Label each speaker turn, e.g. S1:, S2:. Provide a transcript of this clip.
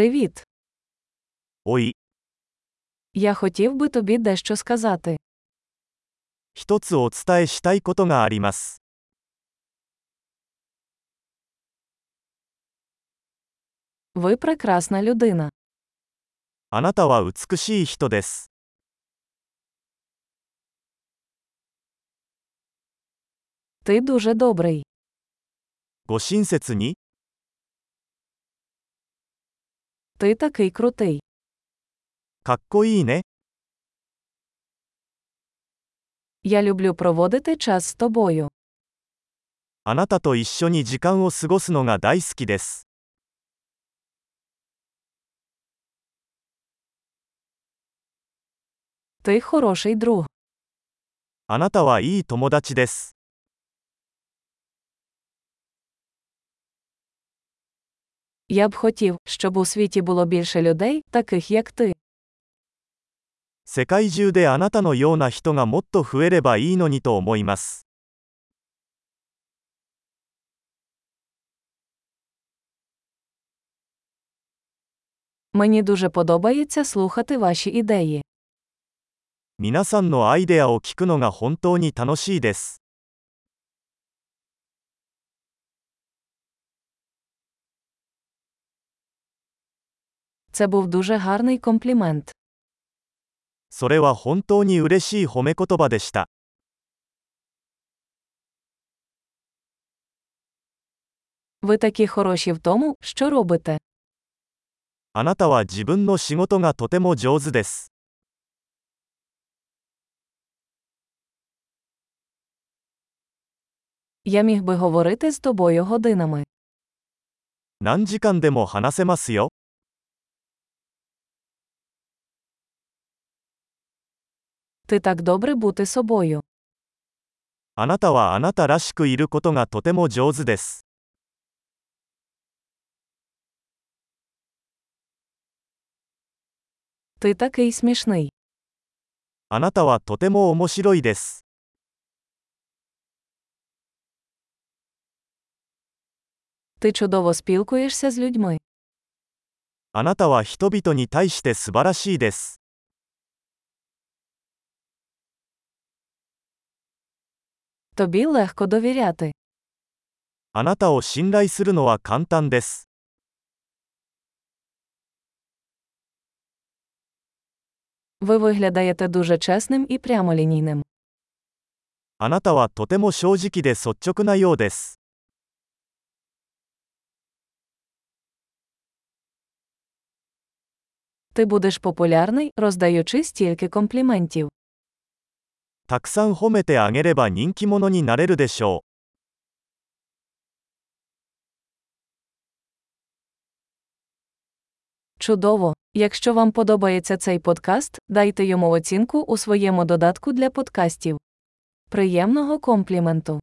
S1: Привіт.
S2: おい、
S1: Я хотів би тобі дещо сказати.
S2: 一つお伝えしたいことがあります。
S1: Ви прекрасна людина.
S2: あなたは美しい人です。
S1: Ти дуже добрий.
S2: ご親切に、
S1: Ти такий крутий.
S2: かっこいいね。
S1: Я люблю проводити час з тобою.
S2: あなたと一緒に時間を過ごすのが大好きです。
S1: Ти хороший друг.
S2: あなたはいい友達です。
S1: Я б хотів, щоб у світі було більше людей, таких як ти.
S2: 世界中であなたのような人がもっと増えればいいのにと思います。
S1: Мені дуже подобається слухати ваші ідеї.
S2: 皆さんのアイデアを聞くのが本当に楽しいです。
S1: Це був дуже гарний комплімент.
S2: それは本当に嬉しい褒め言葉でした。
S1: Ви такі хороші в тому, що робите.
S2: あなたは自分の仕事がとても上手です。
S1: Я міг би говорити з тобою годинами.
S2: 何時間でも話せますよ。
S1: Ти так добре бути собою.
S2: あなたはあなたらしくいることがとても上手です。
S1: Ти такий смішний.
S2: あなたはとても面白いです。
S1: Ти чудово спілкуєшся з людьми.
S2: あなたは人々に対して素晴らしいです。
S1: Тобі легко довіряти.
S2: あなたを信頼するのは簡単です。
S1: Ви виглядаєте дуже чесним і прямолінійним.
S2: あなたはとても正直で率直なようです。
S1: Ти будеш популярний, роздаючи стільки компліментів.
S2: たくさん褒めてあげれば人気者になれるでしょう。
S1: Чудово! Якщо вам подобається цей подкаст, дайте йому оцінку у своєму додатку для подкастів. Приємного компліменту!